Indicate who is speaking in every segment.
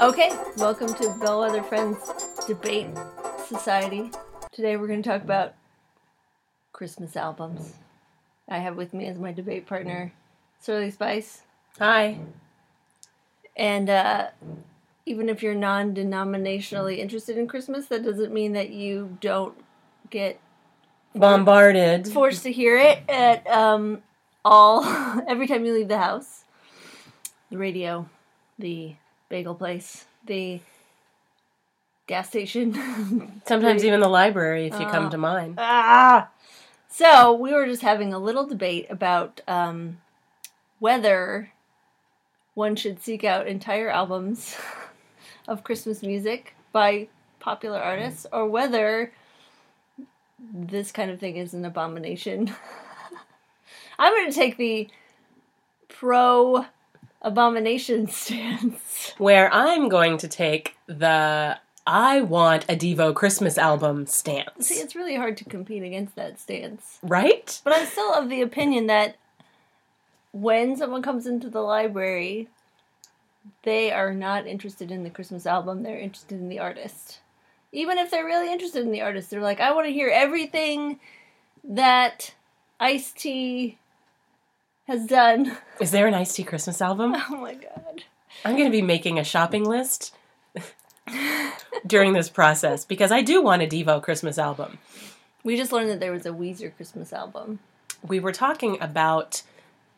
Speaker 1: Okay, welcome to Bellwether Friends Debate Society. Today we're going to talk about Christmas albums. I have with me as my debate partner Surly Spice.
Speaker 2: Hi.
Speaker 1: And uh, even if you're non denominationally interested in Christmas, that doesn't mean that you don't get
Speaker 2: Bombarded.
Speaker 1: forced to hear it at um, all every time you leave the house. The radio, the bagel place, the gas station.
Speaker 2: Sometimes even the library if you come to mine.
Speaker 1: ah! So we were just having a little debate about um, whether one should seek out entire albums of Christmas music by popular artists or whether this kind of thing is an abomination. I'm going to take the pro abomination stance.
Speaker 2: Where I'm going to take the I want a Devo Christmas album stance.
Speaker 1: See, it's really hard to compete against that stance.
Speaker 2: right?
Speaker 1: But I'm still of the opinion that when someone comes into the library, they are not interested in the Christmas album. They're interested in the artist. Even if they're really interested in the artist, they're like, I want to hear everything that Ice T has done.
Speaker 2: Is there an Ice Tea Christmas album?
Speaker 1: Oh my god.
Speaker 2: I'm going to be making a shopping list during this process because I do want a Devo Christmas album.
Speaker 1: We just learned that there was a Weezer Christmas album.
Speaker 2: we were talking about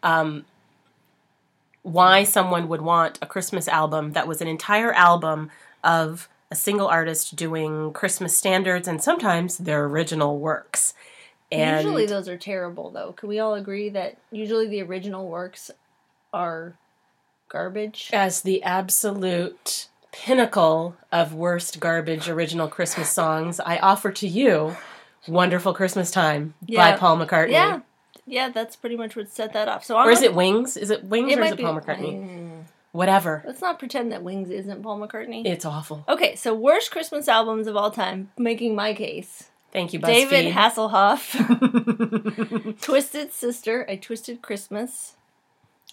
Speaker 2: um, why someone would want a Christmas album that was an entire album of a single artist doing Christmas standards and sometimes their original works. And
Speaker 1: usually those are terrible though. Can we all agree that usually the original works are garbage?
Speaker 2: as the absolute pinnacle of worst garbage original Christmas songs, I offer to you Wonderful Christmas Time
Speaker 1: Yeah.
Speaker 2: by Paul McCartney.
Speaker 1: Yeah, yeah, that's pretty much what set that up. So, I'm
Speaker 2: Or is it Wings? Is it Wings
Speaker 1: It
Speaker 2: or is
Speaker 1: might
Speaker 2: it
Speaker 1: be
Speaker 2: Paul McCartney?
Speaker 1: Mm.
Speaker 2: Whatever.
Speaker 1: Let's not pretend that Wings isn't Paul McCartney.
Speaker 2: It's awful.
Speaker 1: okay, so worst Christmas albums of all time, making my case.
Speaker 2: Thank you, BuzzFeed.
Speaker 1: David Hasselhoff, Twisted Sister, A Twisted Christmas.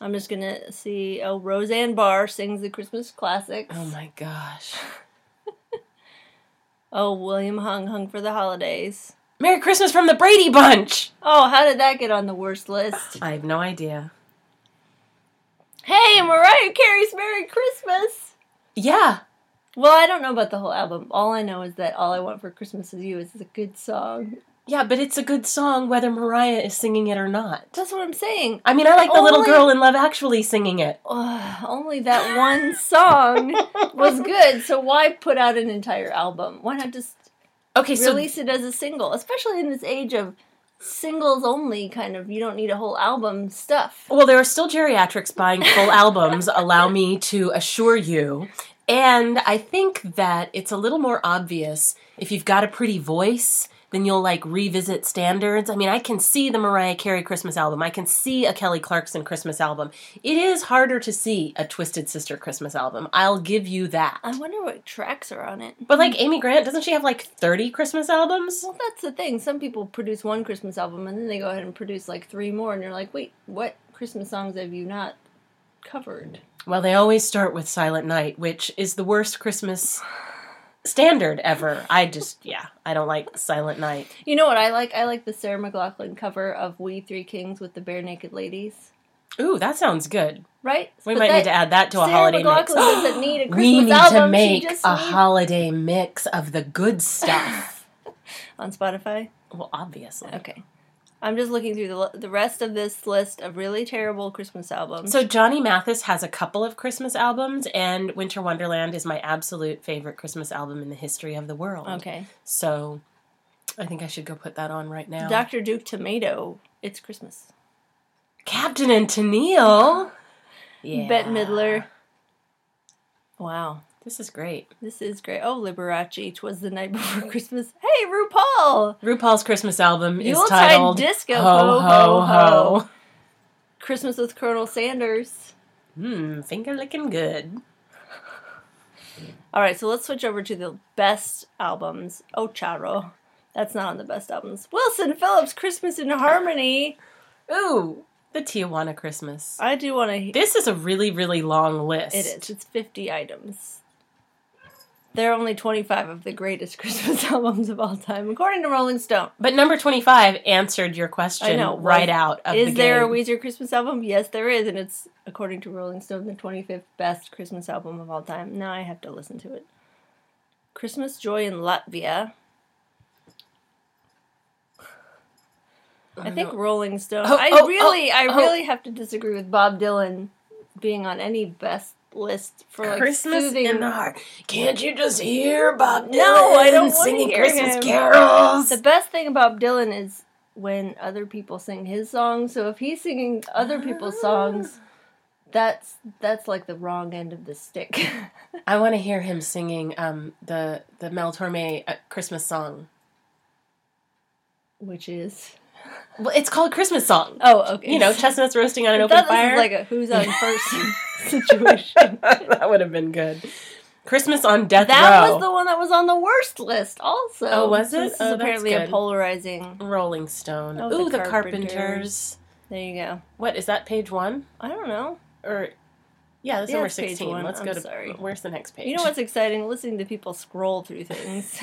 Speaker 1: I'm just gonna see. Oh, Roseanne Barr sings the Christmas classics.
Speaker 2: Oh my gosh.
Speaker 1: oh, William Hung Hung for the Holidays.
Speaker 2: Merry Christmas from the Brady Bunch!
Speaker 1: Oh, how did that get on the worst list?
Speaker 2: I have no idea.
Speaker 1: Hey, Mariah Carey's Merry Christmas.
Speaker 2: Yeah.
Speaker 1: Well, I don't know about the whole album. All I know is that All I Want for Christmas Is You is a good song.
Speaker 2: Yeah, but it's a good song whether Mariah is singing it or not.
Speaker 1: That's what I'm saying.
Speaker 2: I mean, I like the little
Speaker 1: Only-
Speaker 2: girl in Love Actually singing it.
Speaker 1: Ugh, only that one song was good, so why put out an entire album? Why not just
Speaker 2: Okay, so
Speaker 1: release it as a single? Especially in this age of singles only kind of, you don't need a whole album stuff.
Speaker 2: well, there are still geriatrics buying full albums, allow me to assure you. And I think that it's a little more obvious if you've got a pretty voice, then you'll like revisit standards. I mean, I can see the Mariah Carey Christmas album. I can see a Kelly Clarkson Christmas album. It is harder to see a Twisted Sister Christmas album. I'll give you that.
Speaker 1: I wonder what tracks are on it.
Speaker 2: But like Amy Grant, doesn't she have like 30 Christmas albums?
Speaker 1: Well, that's the thing. Some people produce one Christmas album and then they go ahead and produce like three more, and you're like, wait, what Christmas songs have you not covered?
Speaker 2: Well, they always start with Silent Night, which is the worst Christmas standard ever. I just, yeah, I don't like Silent Night.
Speaker 1: You know what I like? I like the Sarah McLaughlin cover of We Three Kings with the Bare Naked Ladies.
Speaker 2: Ooh, that sounds good.
Speaker 1: Right?
Speaker 2: We
Speaker 1: But
Speaker 2: might
Speaker 1: that-
Speaker 2: need to add that to a
Speaker 1: Sarah
Speaker 2: holiday mix.
Speaker 1: McLachlan doesn't need a
Speaker 2: we
Speaker 1: Christmas
Speaker 2: need
Speaker 1: album.
Speaker 2: to
Speaker 1: She
Speaker 2: make
Speaker 1: just
Speaker 2: a
Speaker 1: needs-
Speaker 2: holiday mix of the good stuff.
Speaker 1: on Spotify.
Speaker 2: well, obviously.
Speaker 1: Okay. I'm just looking through the, l- the rest of this list of really terrible Christmas albums.
Speaker 2: So Johnny Mathis has a couple of Christmas albums, and Winter Wonderland is my absolute favorite Christmas album in the history of the world.
Speaker 1: okay.
Speaker 2: So I think I should go put that on right now.
Speaker 1: Dr. Duke Tomato, It's Christmas.
Speaker 2: Captain and Tennille. Yeah.
Speaker 1: Bette Midler. Wow.
Speaker 2: This is great.
Speaker 1: This is great. Oh, Liberace, Twas the Night Before Christmas. Hey, RuPaul!
Speaker 2: RuPaul's Christmas album is
Speaker 1: Yuletide
Speaker 2: titled
Speaker 1: Disco,
Speaker 2: Ho Ho Ho.
Speaker 1: Christmas with Colonel Sanders.
Speaker 2: Hmm, finger licking good.
Speaker 1: All right, so let's switch over to the best albums. Oh, Charo. That's not on the best albums. Wilson Phillips, Christmas in Harmony.
Speaker 2: Ooh, the Tijuana Christmas.
Speaker 1: I do want to.
Speaker 2: This is a really, really long list.
Speaker 1: It is. It's 50 items. There are only 25 of the greatest Christmas albums of all time, according to Rolling Stone.
Speaker 2: But number 25 answered your question
Speaker 1: I know.
Speaker 2: right
Speaker 1: Was-
Speaker 2: out of
Speaker 1: is
Speaker 2: the
Speaker 1: there a
Speaker 2: gate.
Speaker 1: Weezer Christmas album? Yes, there is, and it's according to Rolling Stone the 25th best Christmas album of all time. Now I have to listen to it. Christmas Joy in Latvia. I think Rolling Stone.
Speaker 2: Oh,
Speaker 1: I
Speaker 2: oh,
Speaker 1: really,
Speaker 2: oh,
Speaker 1: I
Speaker 2: oh.
Speaker 1: really have to disagree with Bob Dylan being on any best list for like
Speaker 2: Christmas
Speaker 1: soothing.
Speaker 2: in the heart. Can't you just hear Bob Dylan
Speaker 1: No, I don't wanna
Speaker 2: singing
Speaker 1: hear
Speaker 2: Christmas
Speaker 1: him.
Speaker 2: carols?
Speaker 1: The best thing about Dylan is when other people sing his songs. So if he's singing other people's songs,
Speaker 2: Ah.
Speaker 1: that's that's like the wrong end of the stick.
Speaker 2: I want to hear him singing um, the the Mel Torme uh, Christmas song.
Speaker 1: Which is
Speaker 2: Well, it's called Christmas song.
Speaker 1: oh okay.
Speaker 2: You know, chestnuts roasting on an
Speaker 1: I
Speaker 2: open
Speaker 1: thought
Speaker 2: fire.
Speaker 1: this was like a who's on first situation.
Speaker 2: that would have been good. Christmas on death
Speaker 1: That
Speaker 2: row.
Speaker 1: was the one that was on the worst list, also.
Speaker 2: Oh, was it?
Speaker 1: This is
Speaker 2: Oh, that's
Speaker 1: apparently a
Speaker 2: good.
Speaker 1: polarizing.
Speaker 2: Rolling Stone.
Speaker 1: Oh,
Speaker 2: Ooh,
Speaker 1: the
Speaker 2: the, carpenters.
Speaker 1: Carpenters. There you go.
Speaker 2: What is that? Page one
Speaker 1: I don't know.
Speaker 2: or yeah, that's
Speaker 1: Yeah,
Speaker 2: number
Speaker 1: it's page
Speaker 2: sixteen.
Speaker 1: one.
Speaker 2: Let's
Speaker 1: I'm
Speaker 2: go to
Speaker 1: sorry.
Speaker 2: where's the next page?
Speaker 1: You know what's exciting? Listening to people scroll through things.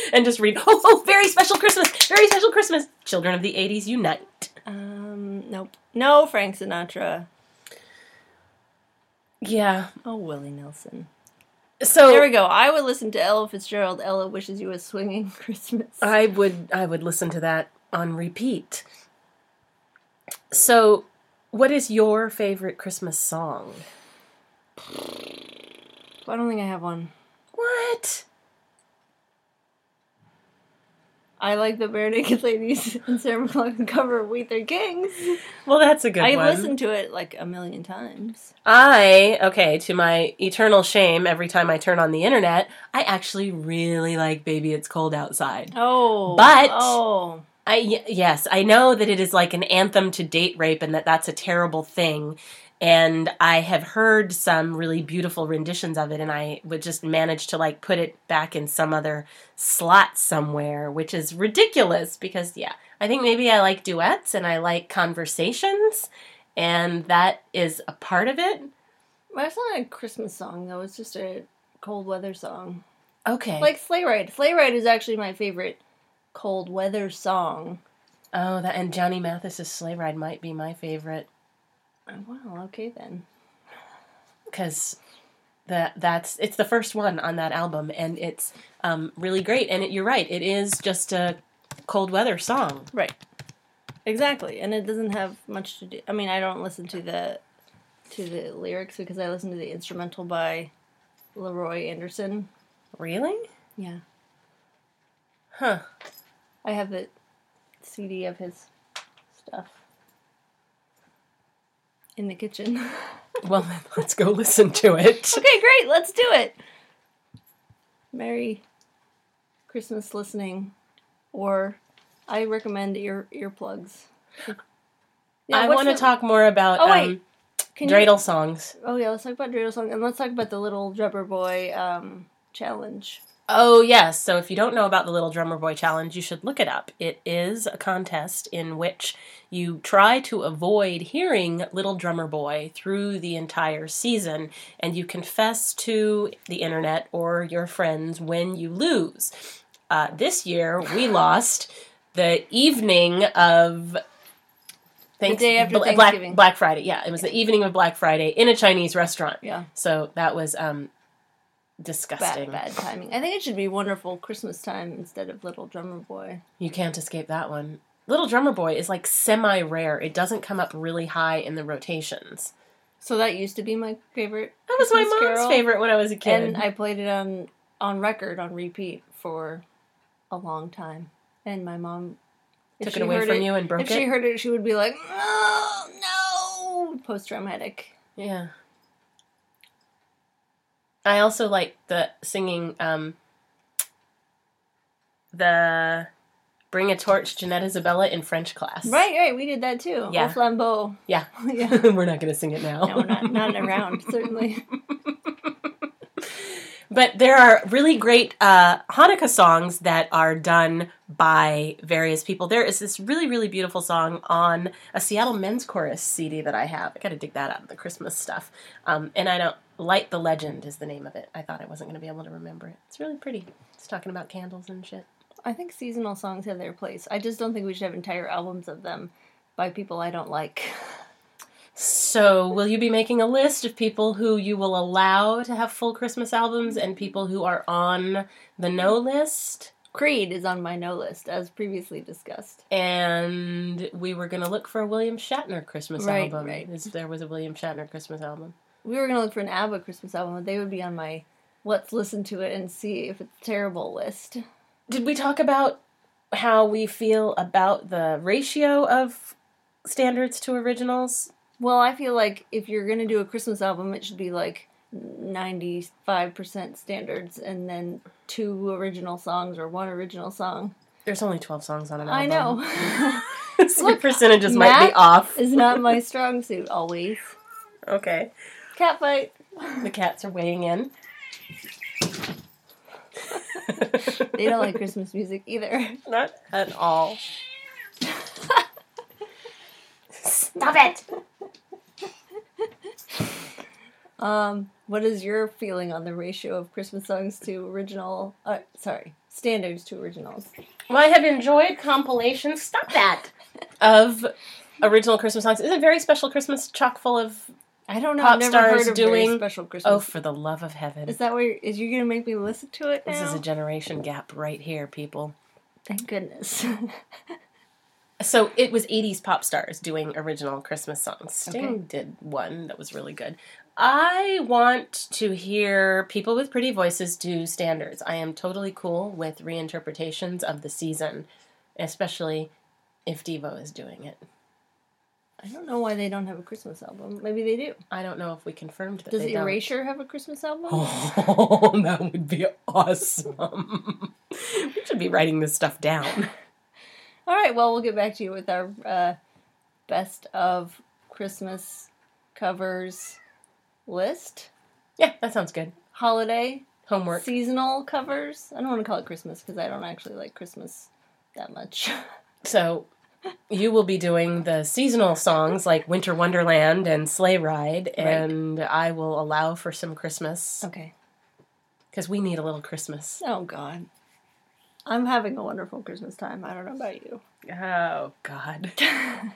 Speaker 2: and just read. Oh, oh, very special Christmas. Very special Christmas. Children of the '80s unite.
Speaker 1: um, nope. No Frank Sinatra.
Speaker 2: Yeah.
Speaker 1: Oh, Willie Nelson.
Speaker 2: So
Speaker 1: There we go. I would listen to Ella Fitzgerald. Ella wishes you a swinging Christmas.
Speaker 2: I would I would listen to that on repeat. So, what is your favorite Christmas song?
Speaker 1: I don't think I have one.
Speaker 2: What?
Speaker 1: I like the Bare Naked Ladies and Sarah McLachlan cover of We Three Kings.
Speaker 2: Well, that's a good
Speaker 1: I
Speaker 2: one.
Speaker 1: listened to it like a million times.
Speaker 2: I okay, to my eternal shame, every time I turn on the internet, I actually really like Baby It's Cold Outside.
Speaker 1: Oh,
Speaker 2: But-
Speaker 1: oh,
Speaker 2: I y- yes, I know that it is like an anthem to date rape and that that's a terrible thing. And I have heard some really beautiful renditions of it, and I would just manage to like put it back in some other slot somewhere, which is ridiculous because, yeah, I think maybe I like duets and I like conversations, and that is a part of it.
Speaker 1: that's not a Christmas song though. It's just a cold weather song,
Speaker 2: Okay.
Speaker 1: like Sleigh Ride. Sleigh Ride is actually my favorite cold weather song.
Speaker 2: oh, that and Johnny Mathis's Sleigh Ride might be my favorite
Speaker 1: Oh, Wow. Okay then.
Speaker 2: because that that's it's the first one on that album and it's um, really great and it, you're right it is just a cold weather song
Speaker 1: Right. Exactly. And it doesn't have much to do I mean, I don't listen to the to the lyrics because I listen to the instrumental by Leroy Anderson.
Speaker 2: really
Speaker 1: Yeah.
Speaker 2: huh
Speaker 1: I have the CD of his stuff in the kitchen.
Speaker 2: well then let's go listen to it
Speaker 1: okay, great. Let's do it. Merry Christmas listening or I recommend ear earplugs. Now,
Speaker 2: i
Speaker 1: what's
Speaker 2: want to
Speaker 1: the-
Speaker 2: talk more about
Speaker 1: Oh,
Speaker 2: um,
Speaker 1: wait. Can you-
Speaker 2: dreidel songs
Speaker 1: Oh yeah, let's talk about dreidel song and let's talk about the little drummer boy um, challenge.
Speaker 2: oh yes so if you don't know about the little drummer boy challenge you should look it up it is a contest in which you try to avoid hearing little drummer boy through the entire season and you confess to the internet or your friends when you lose. Uh, this year, we lost the evening of. Thanks-
Speaker 1: day after
Speaker 2: Bla-
Speaker 1: Thanksgiving.
Speaker 2: Black, Black Friday. Yeah, it was the evening of Black Friday in a Chinese restaurant.
Speaker 1: Yeah.
Speaker 2: So that was um,
Speaker 1: Bad,
Speaker 2: disgusting.
Speaker 1: bad timing. I think it should be wonderful Christmas time instead of Little Drummer Boy.
Speaker 2: You can't escape that one. Little Drummer Boy is like semi rare. It doesn't come up really high in the rotations.
Speaker 1: So that used to be my favorite.
Speaker 2: That was my
Speaker 1: Christmas
Speaker 2: mom's
Speaker 1: carol,
Speaker 2: favorite when I was a kid.
Speaker 1: and I played it on on record on repeat for a long time. And my mom if
Speaker 2: Took
Speaker 1: she
Speaker 2: it away
Speaker 1: heard
Speaker 2: from you and broke
Speaker 1: If she
Speaker 2: it.
Speaker 1: heard it, she would be like, "Oh no, post traumatic."
Speaker 2: Yeah. I also like the singing um the Bring a Torch Jeanette Isabella in French class.
Speaker 1: Right, right. We did that too.
Speaker 2: Yeah.
Speaker 1: Au flambeau.
Speaker 2: Yeah.
Speaker 1: yeah.
Speaker 2: we're not going to sing it now.
Speaker 1: No, not not around certainly.
Speaker 2: But there are really great uh, Hanukkah songs that are done by various people. There is this really, really beautiful song on a Seattle Men's Chorus CD that I have. I gotta dig that out of the Christmas stuff. Um, and I don't, Light the Legend is the name of it. I thought I wasn't gonna be able to remember it. It's really pretty. It's talking about candles and shit.
Speaker 1: I think seasonal songs have their place. I just don't think we should have entire albums of them by people I don't like.
Speaker 2: So, will you be making a list of people who you will allow to have full Christmas albums and people who are on the no list?
Speaker 1: Creed is on my no list, as previously discussed.
Speaker 2: And we were going to look for a William Shatner Christmas
Speaker 1: Right,
Speaker 2: album.
Speaker 1: right.
Speaker 2: Is there was a William Shatner Christmas album?
Speaker 1: We were gonna look for an ABBA Christmas album, but they would be on my let's listen to it and see if it's terrible list.
Speaker 2: Did we talk about how we feel about the ratio of standards to originals?
Speaker 1: Well, I feel like if you're gonna do a Christmas album, it should be like 95% standards and then two original songs or one original song.
Speaker 2: There's only 12 songs on an
Speaker 1: I
Speaker 2: album.
Speaker 1: know.
Speaker 2: know. so
Speaker 1: Look,
Speaker 2: percentages might be
Speaker 1: math
Speaker 2: off.
Speaker 1: is not my strong suit always.
Speaker 2: Okay.
Speaker 1: Cat fight.
Speaker 2: The cats are weighing in.
Speaker 1: They don't like Christmas music either.
Speaker 2: Not at all.
Speaker 1: Stop it. um, what is your feeling on the ratio of Christmas songs to original? Uh, sorry, standards to originals.
Speaker 2: Well, I have enjoyed compilations. Stop that. Of original Christmas songs. Is a very special Christmas chock full of
Speaker 1: I don't know.
Speaker 2: Pop
Speaker 1: I've never
Speaker 2: stars
Speaker 1: heard of very
Speaker 2: doing-
Speaker 1: special
Speaker 2: oh,
Speaker 1: Christmas.
Speaker 2: for the love of heaven.
Speaker 1: is that where is you gonna make me listen to it now?
Speaker 2: This is a generation gap right here, people.
Speaker 1: Thank goodness.
Speaker 2: So it was 80s pop stars doing original Christmas songs. Sting
Speaker 1: Okay.
Speaker 2: did one that was really good. I want to hear people with pretty voices do standards. I am totally cool with reinterpretations of the season, especially if Devo is doing it.
Speaker 1: I don't know why they don't have a Christmas album. Maybe they do.
Speaker 2: I don't know if we confirmed that
Speaker 1: Does
Speaker 2: they don't.
Speaker 1: Erasure have a Christmas album?
Speaker 2: Oh, that would be awesome. we should be writing this stuff down.
Speaker 1: All right. Well, we'll get back to you with our uh, best of Christmas covers list.
Speaker 2: Yeah, that sounds good.
Speaker 1: Holiday
Speaker 2: Homework.
Speaker 1: seasonal covers. I don't want to call it Christmas because I don't actually like Christmas that much.
Speaker 2: So you will be doing the seasonal songs like Winter Wonderland and Sleigh Ride, and I will allow for some Christmas
Speaker 1: okay.
Speaker 2: because we need a little Christmas.
Speaker 1: Oh God. I'm having a wonderful Christmas time. I don't know about you.
Speaker 2: Oh, God.